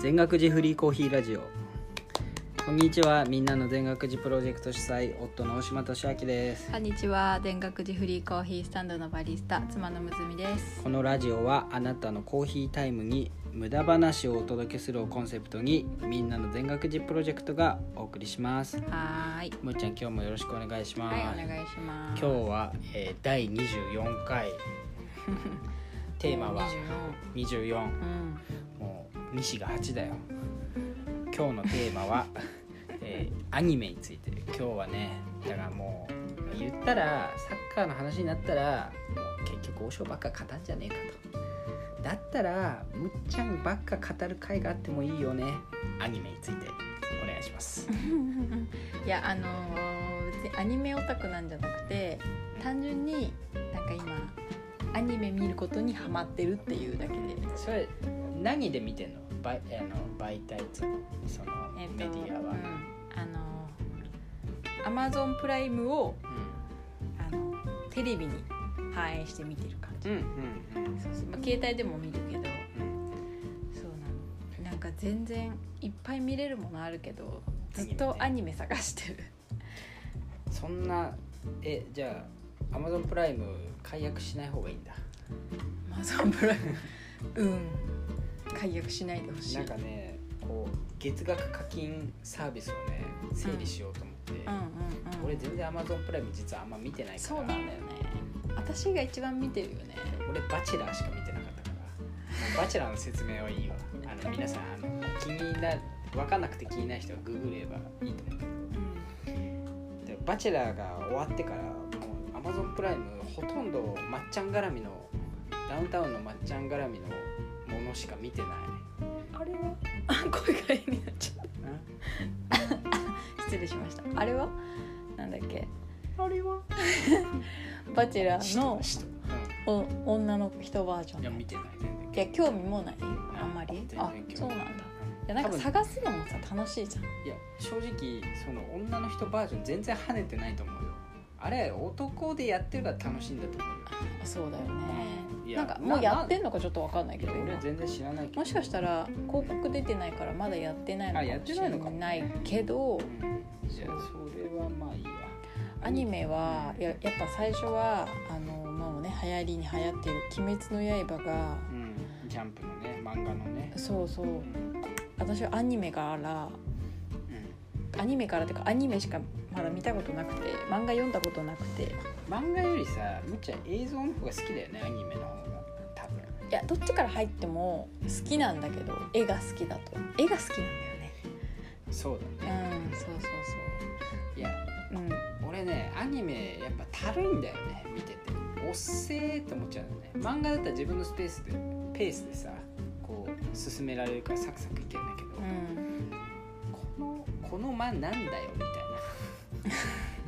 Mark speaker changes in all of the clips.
Speaker 1: 全学寺フリーコーヒーラジオこんにちはみんなの全学寺プロジェクト主催夫の大島俊明です
Speaker 2: こんにちは田楽寺フリーコーヒースタンドのバリスタ妻のむずみです
Speaker 1: このラジオはあなたのコーヒータイムに無駄話をお届けするをコンセプトにみんなの全学寺プロジェクトがお送りします
Speaker 2: はーい
Speaker 1: むーちゃん今日もよろしくお願いします、
Speaker 2: はいお願いします
Speaker 1: 今日は、えー、第24回テーマは24
Speaker 2: 24うん
Speaker 1: もう西が8だよ今日のテーマは、 えーアニメについて今日はねだからもう言ったらサッカーの話になったらもう結局王将ばっか語んじゃねえかとだったらむっちゃんばっか語る回があってもいいよねアニメについてお願いします
Speaker 2: いやあのー別にアニメオタクなんじゃなくて単純になんか今アニメ見ることにハマってるっていうだけで
Speaker 1: それ何で見てんのばあの媒体つその
Speaker 2: え
Speaker 1: メ
Speaker 2: っと
Speaker 1: ディアは、
Speaker 2: うんあのアマゾンプライムをあのテレビに反映して見てる感じ
Speaker 1: うん、うんうん
Speaker 2: そうそうまあ、携帯でも見るけど
Speaker 1: うん
Speaker 2: そうなのなんか全然いっぱい見れるものあるけどずっとアニメ探してる
Speaker 1: そんなえじゃあアマゾンプライム解約しない方がいいんだ
Speaker 2: マゾンプライムうん解約しないでほしい
Speaker 1: なんかねこう月額課金サービスをね整理しようと思って、
Speaker 2: うんうんうん
Speaker 1: 俺全然アマゾンプライム実はあんま見てないか
Speaker 2: そう
Speaker 1: ら
Speaker 2: なんだよね私が一番見てるよね
Speaker 1: 俺バチェラーしか見てなかったからバチェラーの説明はいいわあの皆さんあの気にな分かんなくて気になる人はググればいいと思うけどでバチェラーが終わってからもうアマゾンプライムほとんどまっちゃん絡みのダウンタウンのまっちゃん絡みのものしか見てない
Speaker 2: あれは あ声がいになっちゃっ
Speaker 1: な
Speaker 2: た失礼しましたあれはなんだっけ
Speaker 1: あれは
Speaker 2: バチェラー
Speaker 1: の
Speaker 2: のお女の人バージョ
Speaker 1: いや
Speaker 2: ン
Speaker 1: 見てない全然
Speaker 2: いや興味もないあんまり
Speaker 1: 全然興
Speaker 2: あ
Speaker 1: 味ない
Speaker 2: そうなんだいや
Speaker 1: 多
Speaker 2: なんか
Speaker 1: 分
Speaker 2: 探すのもさ楽しいじゃん
Speaker 1: いや正直その女の人バージョン全然跳ねてないと思うよあれ男でやってるから楽しいんだと思うよ
Speaker 2: そうだよ
Speaker 1: い
Speaker 2: ね
Speaker 1: や
Speaker 2: なんかもう
Speaker 1: な
Speaker 2: やってんのかちょっとわかんない
Speaker 1: い
Speaker 2: け
Speaker 1: や
Speaker 2: ど
Speaker 1: 俺
Speaker 2: 今
Speaker 1: は全然知らないけど
Speaker 2: もしかしたら広告出てないからまだやってないの
Speaker 1: あや
Speaker 2: か
Speaker 1: っ
Speaker 2: も
Speaker 1: て
Speaker 2: し
Speaker 1: ない
Speaker 2: れ
Speaker 1: のか
Speaker 2: ないけど
Speaker 1: うんじゃあそれはまあいいや
Speaker 2: アニメはややっぱ最初はあのもうね流行りに流行ってる「鬼滅の刃が」
Speaker 1: うんジャンプのね漫画のね
Speaker 2: そうそう
Speaker 1: うん
Speaker 2: 私はアニメから
Speaker 1: う
Speaker 2: アニメからっていうかアニメしかまだ見たことなくて漫画読んだことなくてい
Speaker 1: ん漫画よりさむっちゃん映像の方が好きだよねアニメの方が多分
Speaker 2: やどっちから入っても好きなんだけど絵が好きだと絵が好きなんだよね
Speaker 1: そうだね
Speaker 2: うんそうそう
Speaker 1: いや
Speaker 2: そううん
Speaker 1: 俺ねアニメやっぱたるいんだよね見てておっせーって思っちゃうんだよね漫画だったら自分のスペースでペースでさこう進められるからサクサクいけるんだけど、
Speaker 2: うん
Speaker 1: このこの間なんだよみたいな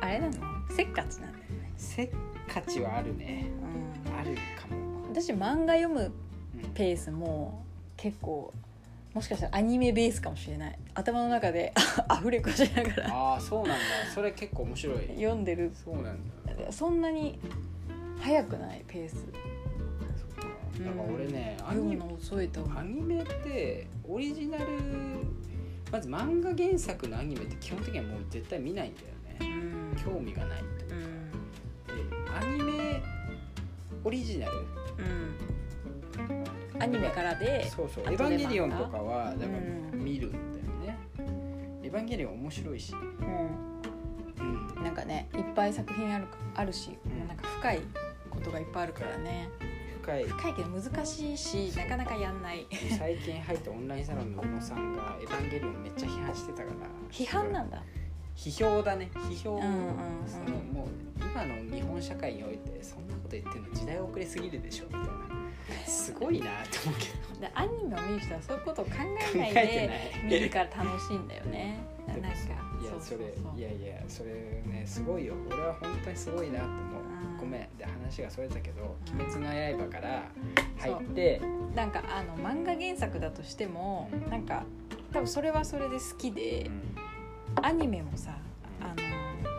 Speaker 2: あれなのせっかちなんだよね、
Speaker 1: せっかちはあるねあるかも、
Speaker 2: 私漫画読む
Speaker 1: うん
Speaker 2: ペースも結構もしかしたらアニメベースかもしれない頭の中であアフレコしながら
Speaker 1: ああそうなんだそれ結構面白い
Speaker 2: 読んでる
Speaker 1: そうなんだ
Speaker 2: そんなに早くないペース
Speaker 1: そっかだから俺ね、ア
Speaker 2: 読む
Speaker 1: ニメ
Speaker 2: の遅いと思
Speaker 1: ア
Speaker 2: う
Speaker 1: ニメってオリジナルまず漫画原作のアニメって基本的にはもう絶対見ないんだよ
Speaker 2: う
Speaker 1: ね
Speaker 2: ん
Speaker 1: 興味がないと
Speaker 2: うん
Speaker 1: でアニメオリジナル
Speaker 2: うんアニメからで
Speaker 1: そうそう「
Speaker 2: あと
Speaker 1: エ
Speaker 2: で
Speaker 1: ヴァンゲリオン」
Speaker 2: 漫
Speaker 1: と
Speaker 2: 画
Speaker 1: かはだから
Speaker 2: うん
Speaker 1: 見るんだよね「エヴァンゲリオン」面白いし、うん、
Speaker 2: なんかねいっぱい作品あるかあるしなんか深いことがいっぱいあるからね
Speaker 1: 深い
Speaker 2: 深いけど難しいしなかなかやん ない
Speaker 1: 最近入ったオンラインサロンの小野さんが「エヴァンゲリオン」めっちゃ批判してたから
Speaker 2: 批判なんだ
Speaker 1: 批評だね批評、
Speaker 2: うんうんうん
Speaker 1: そのもう今の日本社会においてそんなこと言ってんの時代遅れすぎるでしょみたいなすごいなと思うけど
Speaker 2: でアニメを見る人はそういうことを考え
Speaker 1: 考
Speaker 2: な
Speaker 1: えて
Speaker 2: いで
Speaker 1: ない
Speaker 2: 見るから楽しいんだよね。な
Speaker 1: で
Speaker 2: ん
Speaker 1: も
Speaker 2: か
Speaker 1: いや
Speaker 2: う
Speaker 1: そうれ
Speaker 2: う
Speaker 1: いやいやそれねすごいよ俺は本当にすごいなって思う
Speaker 2: うん
Speaker 1: ごめんで話がそれたけど「
Speaker 2: うん
Speaker 1: 鬼滅の刃」から入って
Speaker 2: なんかあの漫画原作だとしてもなんか多分それはそれで好きでアニメもさあの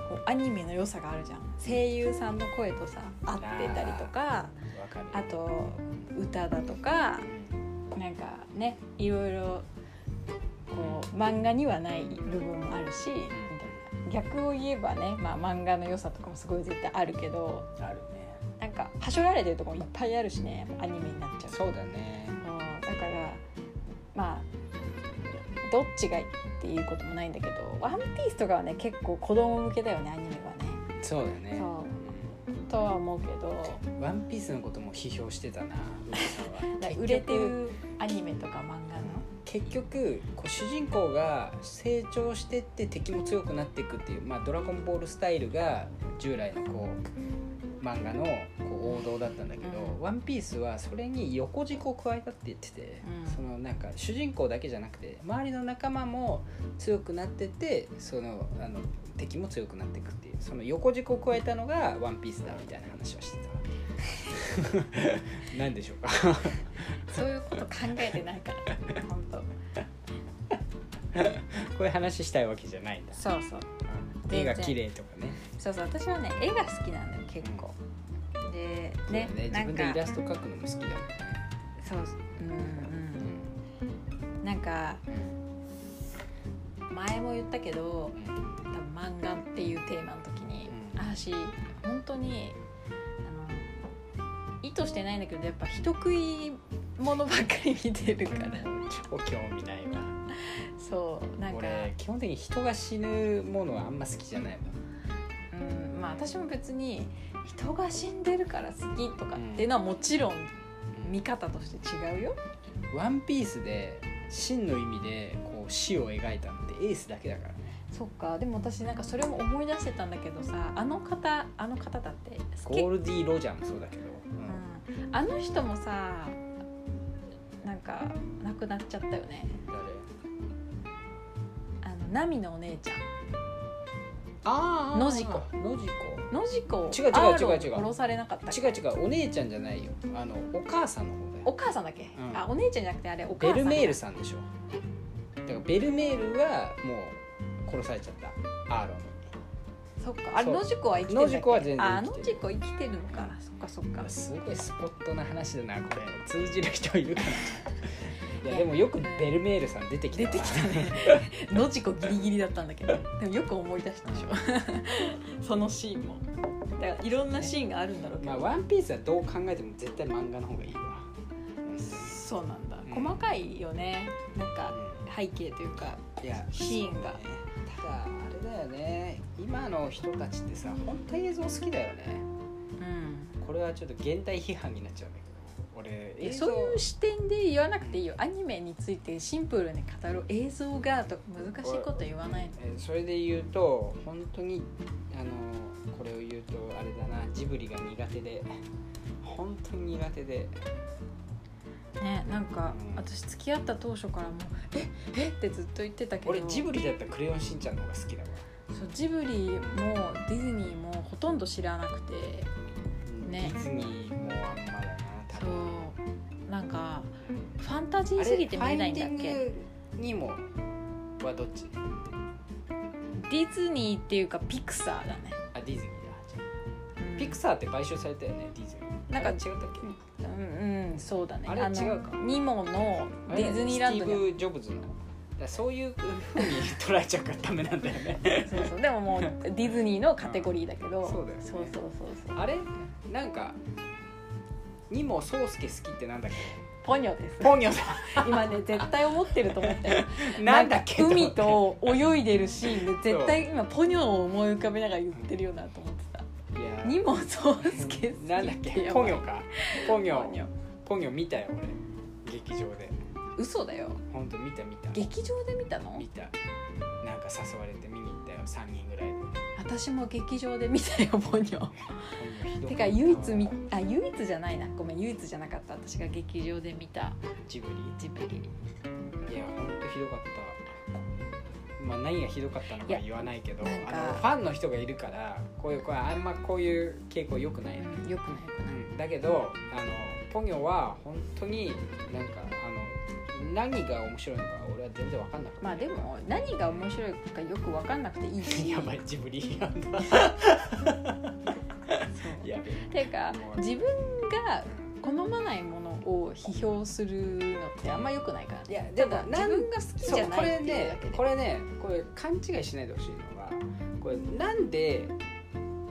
Speaker 2: こうアニメの良さがあるじゃん声優さんの声とさ合ってたりとか
Speaker 1: わかる
Speaker 2: あと歌だとか
Speaker 1: うん
Speaker 2: なんかねいろいろこう漫画にはない部分もあるしみたいな逆を言えばね、まあ、漫画の良さとかもすごい絶対あるけど
Speaker 1: あるね
Speaker 2: なんかはしょられてるとこもいっぱいあるしねアニメになっちゃうと
Speaker 1: そうだね
Speaker 2: うんだからまあどっちがいいっていうこともないんだけど「ワンピースとかはね結構子供向けだよねアニメはね。
Speaker 1: そうだね
Speaker 2: そとは思うけど
Speaker 1: うんワンピースのことも批評してたな上さ んは
Speaker 2: だから
Speaker 1: 結局
Speaker 2: 売れてるアニメとか漫画の
Speaker 1: 結局こう主人公が成長してって敵も強くなっていくっていう、まあ、ドラゴンボールスタイルが従来のこう漫画のこう王道だったんだけど「
Speaker 2: うん
Speaker 1: ワンピースはそれに横軸を加えたって言ってて、
Speaker 2: うん
Speaker 1: そのなんか主人公だけじゃなくて周りの仲間も強くなっててそのあの敵も強くなっていくっていうその横軸を加えたのが「ワンピースだみたいな話をしてた。 何でしょうか
Speaker 2: そういうこと考えてないから本当
Speaker 1: こういう話したいわけじゃないんだ
Speaker 2: そうそう
Speaker 1: 絵が
Speaker 2: 全然
Speaker 1: 綺麗とかね
Speaker 2: そうそう私はね絵が好きなんだよ結構でね
Speaker 1: そうだ
Speaker 2: な
Speaker 1: 自分
Speaker 2: ん
Speaker 1: でイ
Speaker 2: か
Speaker 1: ラスト描くのも好きだもんね
Speaker 2: そううんうんなんか前も言ったけど
Speaker 1: うんうん
Speaker 2: 多分漫画っていうテーマの時に、
Speaker 1: うん
Speaker 2: 私本当にあの意図してないんだけどやっぱ人食いものばっかり見てるから
Speaker 1: 超興味ないわ
Speaker 2: そうなんか、
Speaker 1: 俺基本的に人が死ぬものはあんま好きじゃないもん
Speaker 2: うん、まあ私も別に人が死んでるから好きとかっていうのはもちろん見方として違うよ、
Speaker 1: ワンピースで真の意味でこう死を描いたのってエースだけだからね
Speaker 2: そっかでも私なんかそれも思い出してたんだけどさあの方あの方だって
Speaker 1: ゴールディ・ロジャーもそうだけど、うん
Speaker 2: うんあの人もさなんか亡くなっちゃったよね
Speaker 1: 誰
Speaker 2: あのナミのお姉ちゃ
Speaker 1: あ
Speaker 2: ー
Speaker 1: 野次子野
Speaker 2: んのじこ
Speaker 1: 違う違う違う違う
Speaker 2: 殺されなかったっけ
Speaker 1: 違う違うお姉ちゃんじゃないよあのお母さんの方だよ
Speaker 2: お母さんだっけ、
Speaker 1: うん
Speaker 2: あお姉ちゃんじゃなくてあれお
Speaker 1: ベ
Speaker 2: 母さん
Speaker 1: ルメールさんでしょだからベルメールはもう殺されちゃったアーロンに
Speaker 2: そっかあれ
Speaker 1: そう
Speaker 2: のじこは生きてるんだっけ
Speaker 1: 野次子は全然
Speaker 2: あ
Speaker 1: 生きてる
Speaker 2: のじこ生きてるのかそっかそっか
Speaker 1: すごいスポットな話だなこれ通じる人いるか ないやでもよくベルメールさん出てきた
Speaker 2: 出てきたねのじこギリギリだったんだけどでもよく思い出したでしょ そのシーンもだからいろんなシーンがあるんだろうけど、
Speaker 1: まあワンピースはどう考えても絶対漫画の方がいいわ
Speaker 2: そうなんだ、
Speaker 1: うん
Speaker 2: 細かいよねなんか
Speaker 1: う
Speaker 2: 背景というか
Speaker 1: んいや
Speaker 2: シーンが
Speaker 1: そうねただあれだよね今の人たちってさ本当映像好きだよね
Speaker 2: うん
Speaker 1: これはちょっと現代批判になっちゃうんだけど俺映像
Speaker 2: そういう視点で言わなくていいよアニメについてシンプルに語ろう映像がとか難しいこと言わないの
Speaker 1: えーそれで言うと本当にあのこれを言うとあれだなジブリが苦手で本当に苦手で
Speaker 2: ねなんか
Speaker 1: うん
Speaker 2: 私付き合った当初からもう「ええっ?」てずっと言ってたけど
Speaker 1: 俺ジブリだったら「クレヨンしんちゃん」の方が好きだわ、
Speaker 2: そうジブリもディズニーもほとんど知らなくてね
Speaker 1: ディズニーもあんまだな多
Speaker 2: そ
Speaker 1: 分
Speaker 2: うなんかファンタジ
Speaker 1: あ
Speaker 2: ー
Speaker 1: れ
Speaker 2: すぎて見えないんだっ
Speaker 1: ファイン
Speaker 2: け
Speaker 1: ディングにもはどっち
Speaker 2: ディズニーっていうかピクサーだね、
Speaker 1: あディズニーだじゃ
Speaker 2: う
Speaker 1: あ
Speaker 2: ん
Speaker 1: ピクサーって買収されたよねディズニー
Speaker 2: なんか
Speaker 1: あれ違ったっけ
Speaker 2: うんうんそうだね
Speaker 1: あれ
Speaker 2: の
Speaker 1: 違うか
Speaker 2: ニモの
Speaker 1: あれ
Speaker 2: ディズニーランド
Speaker 1: スティ
Speaker 2: に
Speaker 1: ーブ・ジョブズのだからそういうふうに捉えちゃうからダメなんだよね
Speaker 2: そうそうでももうディズニーのカテゴリーだけど、
Speaker 1: うんそうだよね
Speaker 2: そうそうそうそう
Speaker 1: あれなんかにも宗介好きってなんだっけ
Speaker 2: ポニョです
Speaker 1: ポニョさ
Speaker 2: 今ね絶対思ってると 思ったよ
Speaker 1: んなんだっけ
Speaker 2: なんか海
Speaker 1: 思っ
Speaker 2: と泳いでるシーンで絶対今ポニョを思い浮かべながら言ってるよなと思ってた
Speaker 1: ていや
Speaker 2: にもそうすけ好き
Speaker 1: なんだっけポニョかポニ
Speaker 2: ポ
Speaker 1: ョ
Speaker 2: ニョ
Speaker 1: ポニョ見たよ俺劇場で
Speaker 2: 嘘だよ
Speaker 1: 本当見た見た
Speaker 2: 劇場で見たの
Speaker 1: 見たなんか誘われて見に行ったよ3人ぐらいで
Speaker 2: 私も劇場で見たよポニョ
Speaker 1: ポニョひど
Speaker 2: て
Speaker 1: った
Speaker 2: か唯一みあ唯一じゃないなごめん唯一じゃなかった私が劇場で見た
Speaker 1: ジブリ
Speaker 2: ジブリ
Speaker 1: いや本当ひどかったまあ何がひどかったのかは言わないけど
Speaker 2: いやなん
Speaker 1: あ
Speaker 2: か
Speaker 1: のファンの人がいるからこういうこれあんまこういう傾向良くないな
Speaker 2: うんよくないかな
Speaker 1: だけどあのポニョは本当になんかあの何が面白いのか俺は全然分かん なかった、
Speaker 2: まあでも何が面白いかよく分かんなくていい し
Speaker 1: やばいジブリ批判だ
Speaker 2: そう
Speaker 1: やべえ
Speaker 2: てか自分が好まないものを批評するのってあんま良くないから
Speaker 1: いやで
Speaker 2: た
Speaker 1: も
Speaker 2: だ
Speaker 1: な
Speaker 2: 自
Speaker 1: ん
Speaker 2: 分が好きじ
Speaker 1: そ
Speaker 2: ゃ
Speaker 1: うこ
Speaker 2: ない
Speaker 1: れ
Speaker 2: っていうだ
Speaker 1: ね
Speaker 2: けで
Speaker 1: これねこれ勘違いしないでほしいのはこれなんで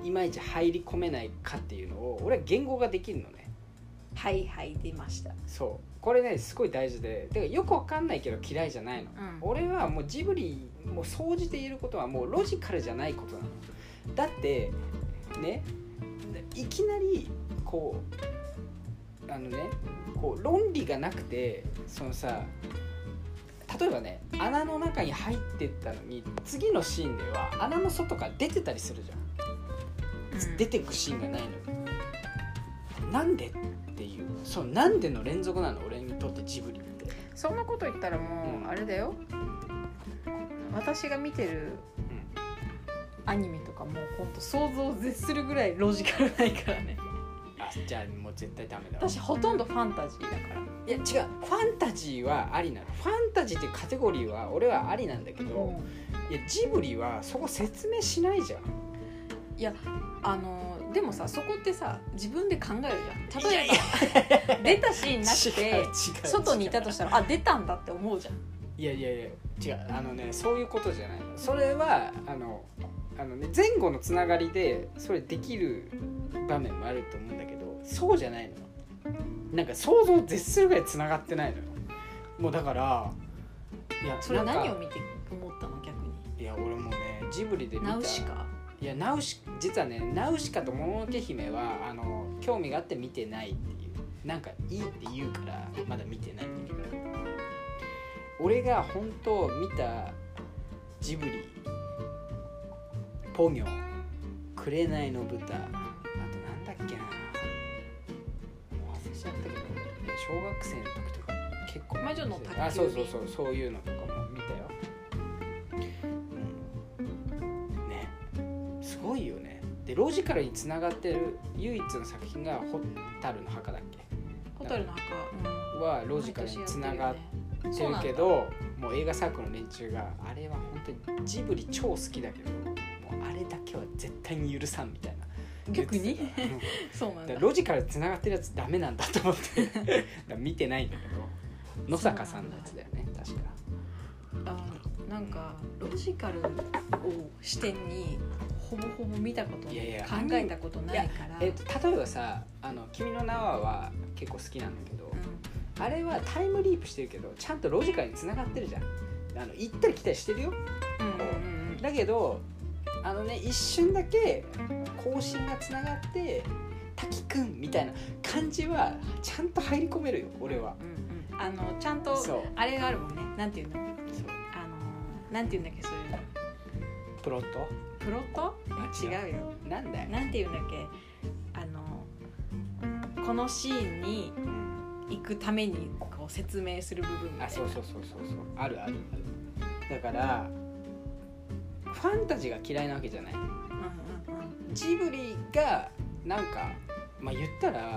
Speaker 1: いまいち入り込めないかっていうのを俺は言語ができるのね
Speaker 2: はいはい出ました、
Speaker 1: そうこれねすごい大事でてかよくわかんないけど嫌いじゃないの
Speaker 2: うん
Speaker 1: 俺はもうジブリもう総じて言えることはもうロジカルじゃないことなのだってねいきなりこうあのねこう論理がなくてそのさ例えばね穴の中に入ってったのに次のシーンでは穴の外から出てたりするじゃん、
Speaker 2: うん
Speaker 1: 出てくシーンがないのよなんでっていうそのなんでの連続なの俺にとってジブリって、
Speaker 2: そんなこと言ったらも
Speaker 1: うん
Speaker 2: うあれだよ私が見てるアニメとかもうほんと想像を絶するぐらいロジカルないからね
Speaker 1: あじゃあもう絶対ダメだわ
Speaker 2: 私ほとんどファンタジーだか
Speaker 1: いや違うファンタジーはありなのファンタジーっていうカテゴリーは俺はありなんだけ
Speaker 2: ら、
Speaker 1: ど、いやジブリはそこ説明しないじゃん
Speaker 2: あのーでもさそこってさ自分で考えるじゃん
Speaker 1: いや
Speaker 2: 例
Speaker 1: い
Speaker 2: え
Speaker 1: や
Speaker 2: ば出たシーンな く
Speaker 1: 違う違
Speaker 2: て
Speaker 1: う
Speaker 2: 外にいたとしたらあ出たんだって思うじゃん
Speaker 1: いやいやいや違うあのねそういうことじゃないそれはあのあの、ね、前後のつながりでそれできる場面もあると思うんだけどそうじゃないのなんか想像を絶するぐらいつながってないのよもうだからいや
Speaker 2: それ
Speaker 1: なんか
Speaker 2: 何を見て思ったの逆に
Speaker 1: いや俺もねジブリで見た
Speaker 2: ナウシカ
Speaker 1: いやナウシ実はねナウシカともののけ姫はあの興味があって見てないっていうなんかいいって言うからまだ見てないんだけど俺が本当見たジブリ「ポニョ」「紅の豚」あとなんだっけなもう忘れちゃったけどいや小学生の時とか結構
Speaker 2: 魔女の宅急便
Speaker 1: あそうそうそうそういうのとかも見たよ、うん、ねすごいよねでロジカルにつながってる唯一の作品が「蛍の墓」だっけ
Speaker 2: ホタルの墓、うん
Speaker 1: はロジカルにつながっ
Speaker 2: 毎年
Speaker 1: て
Speaker 2: や
Speaker 1: る
Speaker 2: っ
Speaker 1: け
Speaker 2: てるよね
Speaker 1: どもう映画サークルの連中があれは本当にジブリ超好きだけどもうあれだけは絶対に許さんみたいな
Speaker 2: 逆
Speaker 1: 言
Speaker 2: に
Speaker 1: ってたから
Speaker 2: そうなん
Speaker 1: だか
Speaker 2: だ
Speaker 1: らロジカルつながってるやつダメなんだと思ってだから見てないんだけど野坂さんのやつだよね確か
Speaker 2: あなんかロジカルを視点にほぼほぼ見たことない
Speaker 1: いやいや
Speaker 2: 考えたことないから
Speaker 1: えっと例えばさ「あの君の名は」は結構好きなんだけどあれはタイムリープしてるけどちゃんとロジカルにつながってるじゃんあの行ったり来たりしてるよ
Speaker 2: うんうんうんうん
Speaker 1: だけどあのね一瞬だけ更新がつながって滝くんみたいな感じはちゃんと入り込めるよ俺は、
Speaker 2: うんうんあのちゃんと
Speaker 1: そう
Speaker 2: あれがあるもんねなんていうの
Speaker 1: そう
Speaker 2: あのなんていうんだっけそういうの
Speaker 1: プロット
Speaker 2: プロット違うよ
Speaker 1: なんだよ、
Speaker 2: なんていうんだっけあのこのシーンに
Speaker 1: うん
Speaker 2: 行くためにこう説明する部分みたい
Speaker 1: あ
Speaker 2: な
Speaker 1: そうそうそうそうそうあるあるあるだからファンタジーが嫌いなわけじゃない
Speaker 2: うんうんうん
Speaker 1: ジブリがなんかまあ言ったらも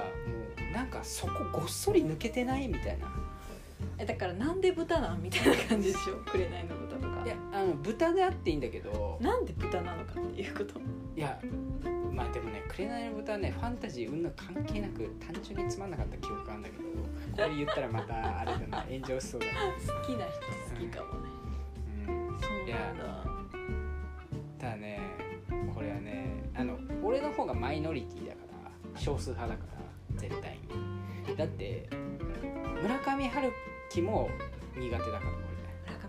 Speaker 1: うなんかそこごっそり抜けてないみたいな
Speaker 2: えだからなんで豚なんみたいな感じでしょ「紅の豚」とか
Speaker 1: いやあの豚であっていいんだけど
Speaker 2: なんで豚なのかっていうこと
Speaker 1: いやまあでもね「紅の豚」はねファンタジー云々関係なく単純につまんなかった記憶があるんだけどこれ言ったらまたあれだな炎上しそうだな、
Speaker 2: 好きな人好きかもね
Speaker 1: うん、
Speaker 2: そうなんだ
Speaker 1: ただねこれはねあの俺の方がマイノリティだから少数派だから絶対にだって村上春樹も苦手だから
Speaker 2: 村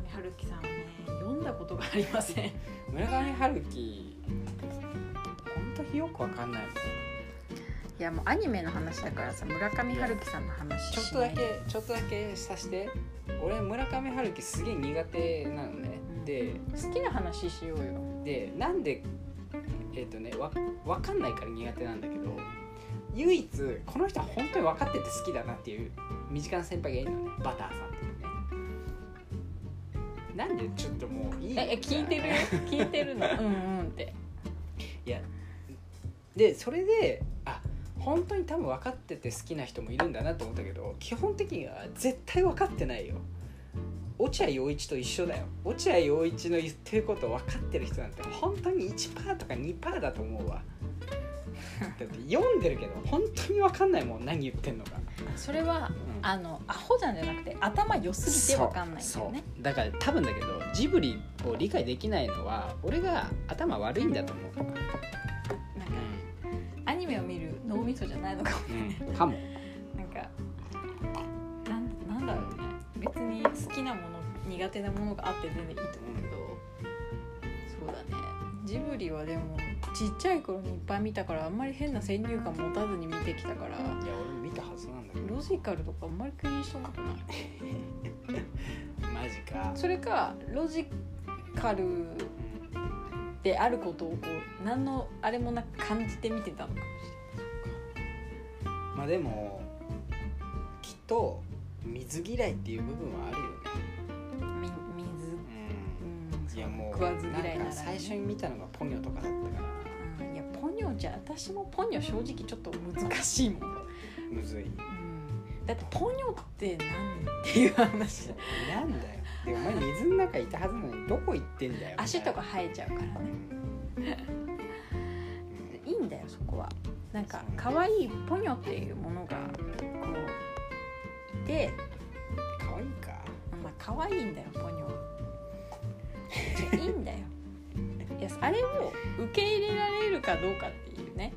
Speaker 2: 上春樹さんはね読んだことがありません
Speaker 1: 俺村上春樹本当によくわかんない
Speaker 2: いやもうアニメの話だからさ村上
Speaker 1: 春
Speaker 2: 樹さんの話
Speaker 1: ちょっとだけちょっとだけさして俺村上春樹すげえ苦手なのねで
Speaker 2: 好きな話しようよ
Speaker 1: でなんでえっ、とねわ分かんないから苦手なんだけど唯一この人は本当に分かってて好きだなっていう身近な先輩がいるのねバターさんっていうねなんでちょっともういい
Speaker 2: ええ聞いてるよ聞いてるの うんうんって
Speaker 1: いやでそれであ本当に多分分かってて好きな人もいるんだなと思ったけど基本的には絶対分かってないよ落合陽一と一緒だよ落合陽一の言ってること分かってる人なんて本当に1パーとか2パーだと思うわだって読んでるけど本当に分かんないもん何言ってんのか、
Speaker 2: それは
Speaker 1: うん
Speaker 2: あのアホじゃんじゃなくて頭良すぎてわかんないんだ
Speaker 1: そ
Speaker 2: よ
Speaker 1: う
Speaker 2: ね
Speaker 1: そうだから多分だけどジブリを理解できないのは俺が頭悪いんだと思う、
Speaker 2: なんかアニメを見る脳みそじゃないのかも
Speaker 1: うん、かも
Speaker 2: なんかなんなんだろうね別に好きなもの苦手なものがあって全然いいと思うけど、そうだねジブリはでもちっちゃい頃にいっぱい見たからあんまり変な先入観持たずに見てきたから
Speaker 1: いや俺も見たはずなんだけ
Speaker 2: ロジカルとかあんまり気にしたことない
Speaker 1: どマジか、
Speaker 2: それかロジカル
Speaker 1: うん
Speaker 2: であることをこう何のあれもなく感じて見てたのかも
Speaker 1: まあでもきっと水嫌いっていう部分はあるよね
Speaker 2: しれないみ水うん
Speaker 1: いやもう
Speaker 2: 食わず嫌いならね
Speaker 1: んか最初に見たのがポニョとかだったから
Speaker 2: うんいやポニョじゃ私もポニョ正直ちょっと難しいもん
Speaker 1: むずい
Speaker 2: うんだってポニョって何っていう話だ
Speaker 1: なんだよでお前水の中いたはずなのにどこ行ってんだよ
Speaker 2: 足とか
Speaker 1: み
Speaker 2: 生えちゃうから
Speaker 1: たいな
Speaker 2: ね
Speaker 1: うん
Speaker 2: いいんだよそこはなんか可愛いポニョっていうものがこういて
Speaker 1: 可愛いか
Speaker 2: まあ可愛いんだよポニョはいいんだよいやあれを受け入れられるかどうかっていうね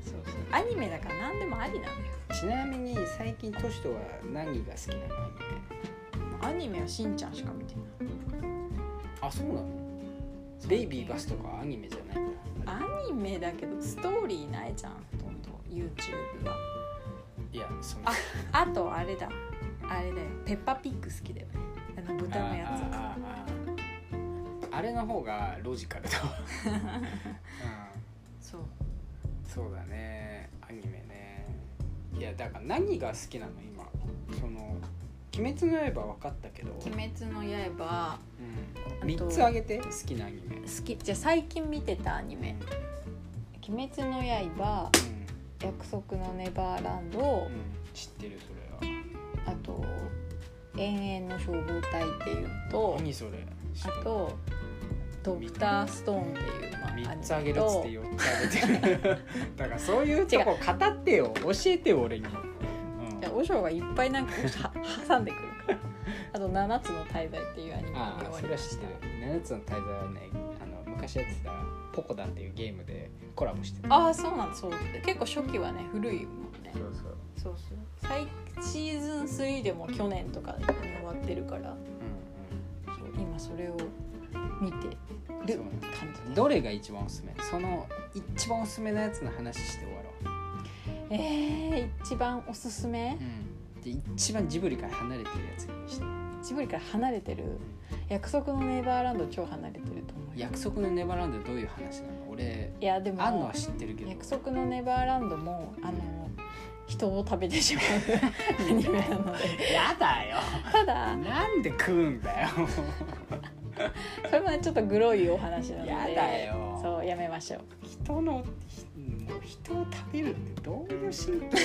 Speaker 1: うん
Speaker 2: そうそうアニメだから何でもありなんだよ
Speaker 1: ちなみに最近トシトは何が好きなのアニメ
Speaker 2: アニメはしんちゃんしか見てない
Speaker 1: あそうなのベイビーバスとかアニメじゃないんだ
Speaker 2: アニメだけどストーリーないじゃんほとんど YouTube はい
Speaker 1: やその
Speaker 2: ああとあれだあれだよペッパーピッグ好きだよねあの豚のやつ
Speaker 1: あああああれの方がロジカルだわ、う、
Speaker 2: そうん
Speaker 1: そうだねアニメねいやだから何が好きなの今その「鬼滅の刃」分かったけど、
Speaker 2: 「鬼滅の刃
Speaker 1: うん、
Speaker 2: と
Speaker 1: 3つあげて好きなアニメ」
Speaker 2: 好きじゃあ最近見てたアニメ「鬼滅の刃」「約束のネバーランド
Speaker 1: うん、うん、知ってるそれは」
Speaker 2: あと「永遠の消防隊」っていうのと
Speaker 1: 何それ知ってる
Speaker 2: あと「ドクターストーン」っていうまあ
Speaker 1: 3つ
Speaker 2: ア
Speaker 1: あ
Speaker 2: ニ
Speaker 1: げ
Speaker 2: メ
Speaker 1: るっつって4つあげてる だからそういうとこ語ってよ教えてよ俺に、うん
Speaker 2: いや和尚がいっぱいなんかは挟んでくるからあと「七つの大罪」っていうアニメ
Speaker 1: あ
Speaker 2: 見終
Speaker 1: あ
Speaker 2: わ
Speaker 1: そ
Speaker 2: り
Speaker 1: れは
Speaker 2: ま
Speaker 1: 知
Speaker 2: し
Speaker 1: って
Speaker 2: た
Speaker 1: る7つの大罪はねあの昔やってた「ポコダ」っていうゲームでコラボしてた
Speaker 2: ああそうなんだそう結構初期はね古いもんね
Speaker 1: そうそう、
Speaker 2: そうそう最シーズン3でも去年とかに終わってるから
Speaker 1: うんうん、そう
Speaker 2: 今それを見てる感じです
Speaker 1: どれが一番おすすめその一番おすすめのやつの話して終わろう、
Speaker 2: えー、一番おすすめ
Speaker 1: で一番ジブリから離れてるやつにして
Speaker 2: ジブリから離れてる約束のネバーランド超離れてると思うよ
Speaker 1: 約束のネバーランドどういう話なの俺
Speaker 2: いやでも
Speaker 1: あんのは知ってるけど
Speaker 2: 約束のネバーランドもあの人を食べてしまう アニメなので
Speaker 1: やだよ
Speaker 2: ただ
Speaker 1: なんで食うんだよ
Speaker 2: それはちょっとグロいお話なので
Speaker 1: やだよ
Speaker 2: そうやめましょう
Speaker 1: 人のひもう人を食べるってどういう心境 なのい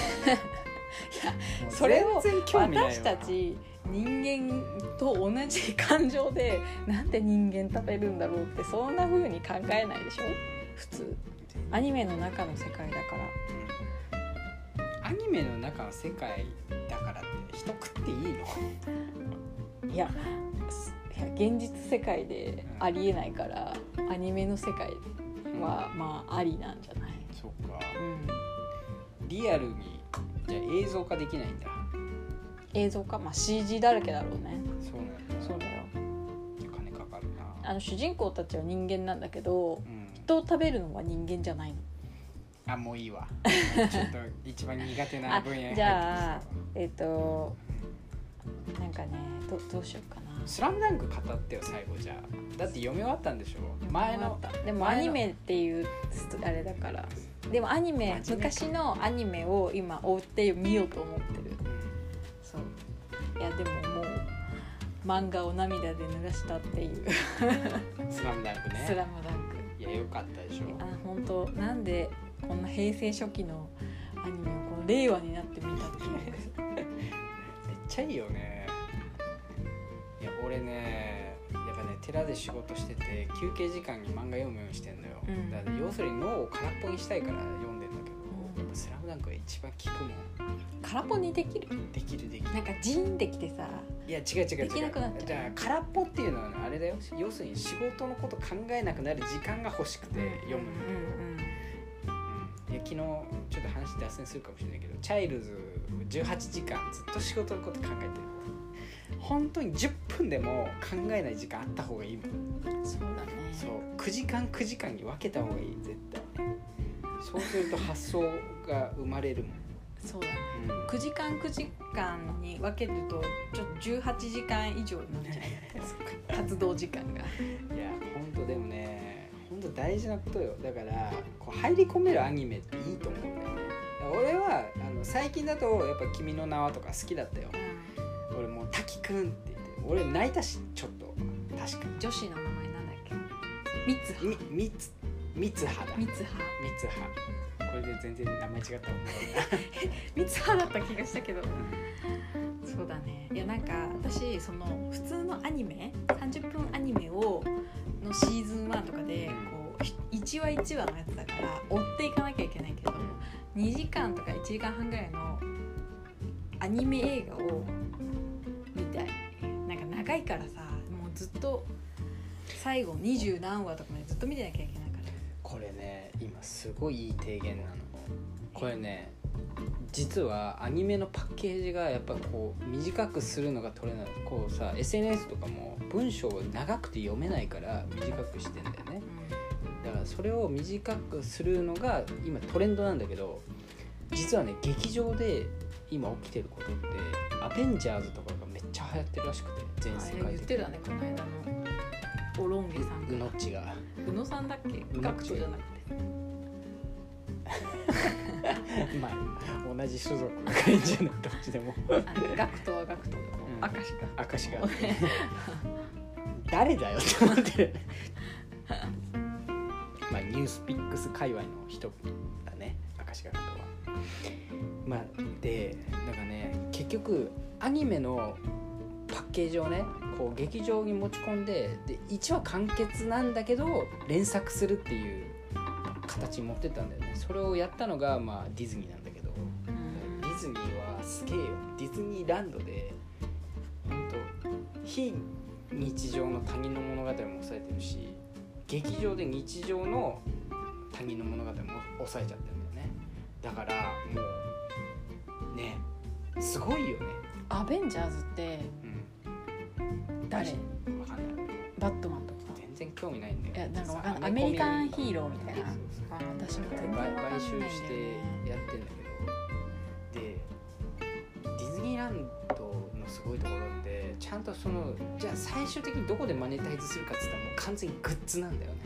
Speaker 1: や
Speaker 2: それを
Speaker 1: 全然興味ないわ
Speaker 2: 私たち人間と同じ感情でなんで人間食べるんだろうってそんな風に考えないでしょ普通アニメの中の世界だから
Speaker 1: アニメの中の世界だからって人食っていいの
Speaker 2: いやすいや現実世界でありえないからアニメの世界はまあありなんじゃない、
Speaker 1: そっか
Speaker 2: うん、
Speaker 1: リアルにじゃあ映像化できないんだ
Speaker 2: 映像かまあ CG だらけだろうね
Speaker 1: そうなんだ
Speaker 2: そうだよ
Speaker 1: 金かかるな
Speaker 2: あの主人公たちは人間なんだけど
Speaker 1: うん
Speaker 2: 人を食べるのは人間じゃないの
Speaker 1: あもういい わちょっと一番苦手な分野に入ってき
Speaker 2: あ
Speaker 1: た
Speaker 2: じゃあえっ、となんかねどどうしようかな
Speaker 1: スラムダンク語ってよ最後じゃあだって読み終わったんでしょ前の
Speaker 2: でもア
Speaker 1: 前の
Speaker 2: ニメっていうストあれだからでもアニメ
Speaker 1: 真面目か
Speaker 2: 昔のアニメを今追って見ようと思ってるそういやでももう漫画を涙で濡らしたっていう
Speaker 1: うんスラムダンク
Speaker 2: 「
Speaker 1: ね
Speaker 2: スラムダン
Speaker 1: い
Speaker 2: ク
Speaker 1: やよかったでしょ
Speaker 2: あ本当なんでこんな平成初期のアニメをこう令和になって見たっていうか
Speaker 1: めっちゃいいよねいや俺ねやっぱね寺で仕事してて休憩時間に漫画読むようにしてんだよ、
Speaker 2: うん
Speaker 1: だから要するに脳を空っぽにしたいから読んでんだんか一番効くも
Speaker 2: 空っぽにできる
Speaker 1: んできるできる
Speaker 2: なんかジーンってきてさ
Speaker 1: いや違う違う違う
Speaker 2: できなくなっちゃう
Speaker 1: じゃあ空っぽっていうのはねあれだよ要するに仕事のこと考えなくなる時間が欲しくて読むの、
Speaker 2: うん
Speaker 1: うん、いや昨日ちょっと話脱線するかもしれないけどチャイルズ18時間ずっと仕事のこと考えてる本当に10分でも考えない時間あった方がいいもん
Speaker 2: うんそうだね
Speaker 1: そう9時間9時間に分けた方がいい絶対そうすると発想が生まれるもん、
Speaker 2: そうだね9時間9時間に分けるとちょっと18時間以上になっち ゃう活動時間
Speaker 1: い
Speaker 2: が
Speaker 1: や本当でもね本当大事なことよだからこう入り込めるアニメっていいと思うんだよね俺はあの最近だとやっぱ「君の名は」とか好きだったよ俺もう「滝くん」って言って俺泣いたしちょっと確か
Speaker 2: 女子の名前なんだっけ三つ
Speaker 1: にみみつみつはだ
Speaker 2: 三
Speaker 1: み
Speaker 2: つ葉
Speaker 1: つはこれで全然名前違ったもんね
Speaker 2: 三つ葉だった気がしたけどそうだねいやなんか私その普通のアニメ30分アニメをのシーズン1とかでこうひ一話一話のやつだから追っていかなきゃいけないけど2時間とか1時間半ぐらいのアニメ映画を見たいなんか長いからさもうずっと最後二十何話とかまでずっと見てなきゃいけないから
Speaker 1: これね今すごいいい提言なのこれね実はアニメのパッケージがやっぱこう短くするのが取れないこうさ SNS とかも文章を長くて読めないから短くしてんだよねだからそれを短くするのが今トレンドなんだけど実はね劇場で今起きてることって「アベンジャーズ」とかがめっちゃ流行ってるらしくて全世
Speaker 2: あれ
Speaker 1: 界
Speaker 2: 言って
Speaker 1: 的
Speaker 2: たねこの間のオロンゲさん
Speaker 1: にうの
Speaker 2: が
Speaker 1: っちが
Speaker 2: 宇野さんだっけ
Speaker 1: 野
Speaker 2: ガクトじゃなくて
Speaker 1: まあ同じ種族がいいんじゃないどっち でも
Speaker 2: あのガクトはガクトでも
Speaker 1: うん
Speaker 2: 明石が
Speaker 1: 証があって誰だよって思ってまあニュースピックス界隈の人だね証があるとはまあでなんかね結局アニメのパッケージをねこう劇場に持ち込んでで1話完結なんだけど連作するっていう形に持ってったんだよねそれをやったのが、まあ、ディズニーなんだけどディズニーはすげえよディズニーランドで本当非日常の他人の物語も抑えてるし劇場で日常の他人の物語も抑えちゃってるんだよねだからもうねすごいよね、
Speaker 2: アベンジャーズって
Speaker 1: うん、
Speaker 2: 誰
Speaker 1: わかんない
Speaker 2: バットマンとか
Speaker 1: 全然興味ないんだよ
Speaker 2: いやなんかわかんない
Speaker 1: アメ
Speaker 2: アメ
Speaker 1: コ
Speaker 2: リ
Speaker 1: ミ
Speaker 2: カンヒーローみたい
Speaker 1: そうそう
Speaker 2: な
Speaker 1: そう
Speaker 2: あー私も全然わ
Speaker 1: 買
Speaker 2: かんない
Speaker 1: 買
Speaker 2: んだよ
Speaker 1: 収
Speaker 2: ね
Speaker 1: してやってんだけどでディズニーランドのすごいところってちゃんとそのじゃあ最終的にどこでマネタイズするかっつったらもう完全にグッズなんだよね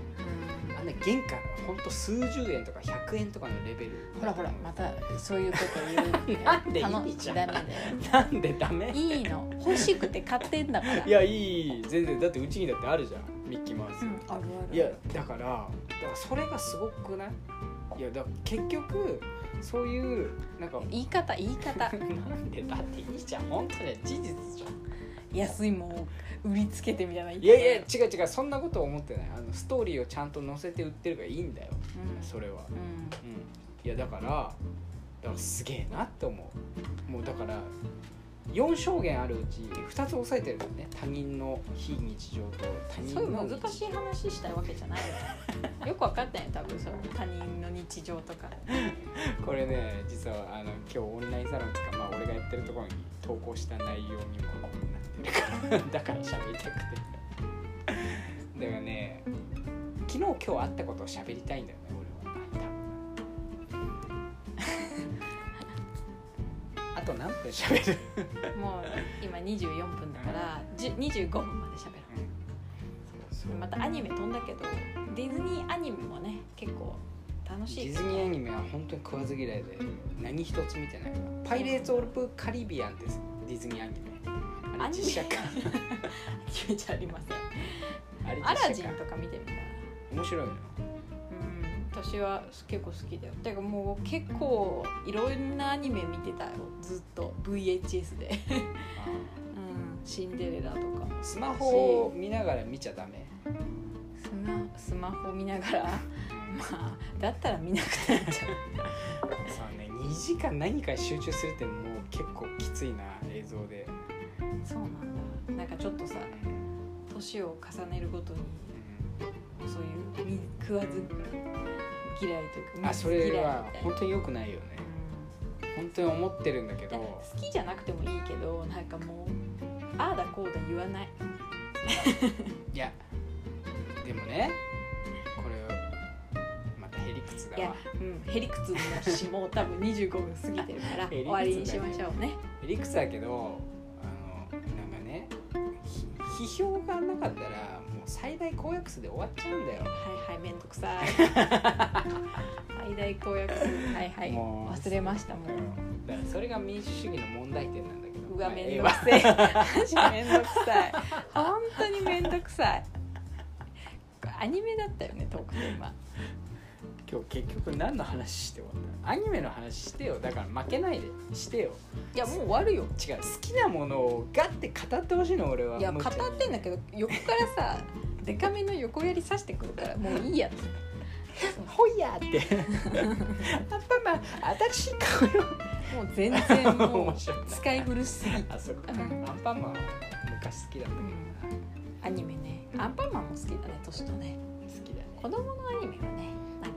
Speaker 2: うん
Speaker 1: あんな原価ほんと数十円とか100円とかのレベル
Speaker 2: ほらほらまたそういうこと 言う
Speaker 1: なんでいいじゃん
Speaker 2: ダメだよ
Speaker 1: なんでダメ
Speaker 2: いいの欲しくて買ってんだから
Speaker 1: いやいい全然だってうちにだってあるじゃんミッキーマウス、
Speaker 2: うんあるある
Speaker 1: いやだからだからそれがすごくないいやだから結局そういうなんか
Speaker 2: 言い方言い方
Speaker 1: なんでだっていいじゃん本当に事実じゃん
Speaker 2: 安いもんを売りつけてみたいない
Speaker 1: いやいや違う違うそんなこと思ってないあのストーリーをちゃんと載せて売ってるからいいんだよ
Speaker 2: うん
Speaker 1: それは
Speaker 2: う
Speaker 1: うん
Speaker 2: ん
Speaker 1: いやだからだからすげえなって思うもうだから4証言あるうち2つ押さえてるのね他人の非日常と他人
Speaker 2: そういう
Speaker 1: の
Speaker 2: 難しい話したいわけじゃないよよく分かったよ多分その他人の日常とか
Speaker 1: これね実はあの今日オンラインサロンとか、まあ、俺がやってるところに投稿した内容にもなってるから だから喋りたくてだからね昨日今日あったことを喋りたいんだよね俺は多分 あと何分喋る
Speaker 2: もう今24分だからじゅ25分まで喋ろうまたアニメ飛んだけどディズニーアニメもね結構楽
Speaker 1: デ
Speaker 2: しい
Speaker 1: ィ
Speaker 2: か
Speaker 1: ズ
Speaker 2: ら
Speaker 1: ニーア ニメは本当に食わず嫌いで何一つ見てないから「パイレーツ・オルプ・カリビアン」ですディズニーアニメあ
Speaker 2: ア
Speaker 1: れ
Speaker 2: ニ
Speaker 1: 実
Speaker 2: メ
Speaker 1: 写化
Speaker 2: アニメじゃありませ
Speaker 1: あ
Speaker 2: ん
Speaker 1: れ実
Speaker 2: ア
Speaker 1: 写化
Speaker 2: ラジンとか見てみたら
Speaker 1: 面白いの
Speaker 2: うん私は結構好きだよてかもう結構いろんなアニメ見てたよずっと VHS で、 うん、シンデレラとか
Speaker 1: スマホを見ながら見ちゃダメ
Speaker 2: スマス マホ見ながらまあだったら見なくていいんじゃん
Speaker 1: そうね2時間何かに集中するってもう結構きついな映像で、
Speaker 2: そうなんだなんかちょっとさ年を重ねるごとにそういうみ食わず嫌いというか
Speaker 1: うんあそ
Speaker 2: 水
Speaker 1: れ
Speaker 2: 嫌い
Speaker 1: は
Speaker 2: みたいな
Speaker 1: 本当に良くないよね本当に思ってるんだけ
Speaker 2: うん
Speaker 1: ど
Speaker 2: 好きじゃなくてもいいけどなんかもうああだこうだ言わない
Speaker 1: いやでもねこれまたへりくつ
Speaker 2: い
Speaker 1: だ
Speaker 2: や
Speaker 1: わ、
Speaker 2: うん、へりくつだし もう多分25分過ぎてるか
Speaker 1: へ
Speaker 2: ら
Speaker 1: りくつだね
Speaker 2: 終わりにしましょうね
Speaker 1: へりくつだけどあのなんかねひ批評がなかったらもう最大公約数で終わっちゃうんだよ
Speaker 2: はいはいめんど くさい最大公約数はいはい
Speaker 1: もう
Speaker 2: 忘れましたもう
Speaker 1: だからそれが民主主義の問題点なんだけど
Speaker 2: うわ
Speaker 1: まあ
Speaker 2: めんどくせえマジ めんどくさい本当にめんどくさいアニメだったよねトークテーマ
Speaker 1: 今日結局何の話して終わったアニメの話してよだから負けないでしてよ
Speaker 2: いやもう終わるよ
Speaker 1: 違う好きなものをガッて語ってほしいの俺はい
Speaker 2: や語
Speaker 1: もう
Speaker 2: ってんだけど横からさデカめの横やり刺してくるからもういいやって
Speaker 1: ほいやーってアンパンマン新しい顔よ
Speaker 2: もう全然 も
Speaker 1: 面白いう
Speaker 2: 使い古しすぎ
Speaker 1: あそっか
Speaker 2: うん
Speaker 1: アンパンマンは昔好きだったけどな
Speaker 2: アニメねアンパンマンも好きだね年とね
Speaker 1: 好きだね
Speaker 2: 子供のアニメはねな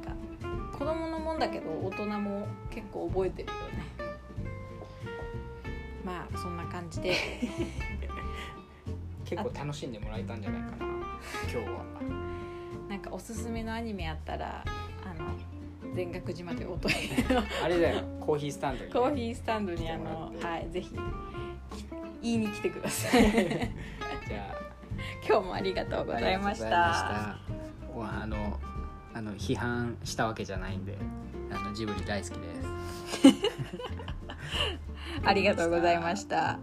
Speaker 2: んか子供のもんだけど大人も結構覚えてるよねまあそんな感じで
Speaker 1: 結構楽しんでもらえたんじゃないかな今日は
Speaker 2: なんかおすすめのアニメあったらあの全学寺までお問い合わせ
Speaker 1: あれだよコーヒースタ ンドに、ね、
Speaker 2: コーヒースタンドにあのはいぜひ言いに来てくださ い
Speaker 1: じゃあ
Speaker 2: 今日もありがとうございました
Speaker 1: ありがとうございました。あのあの批判したわけじゃないんで、あのジブリ大好きです。
Speaker 2: ありがとうございました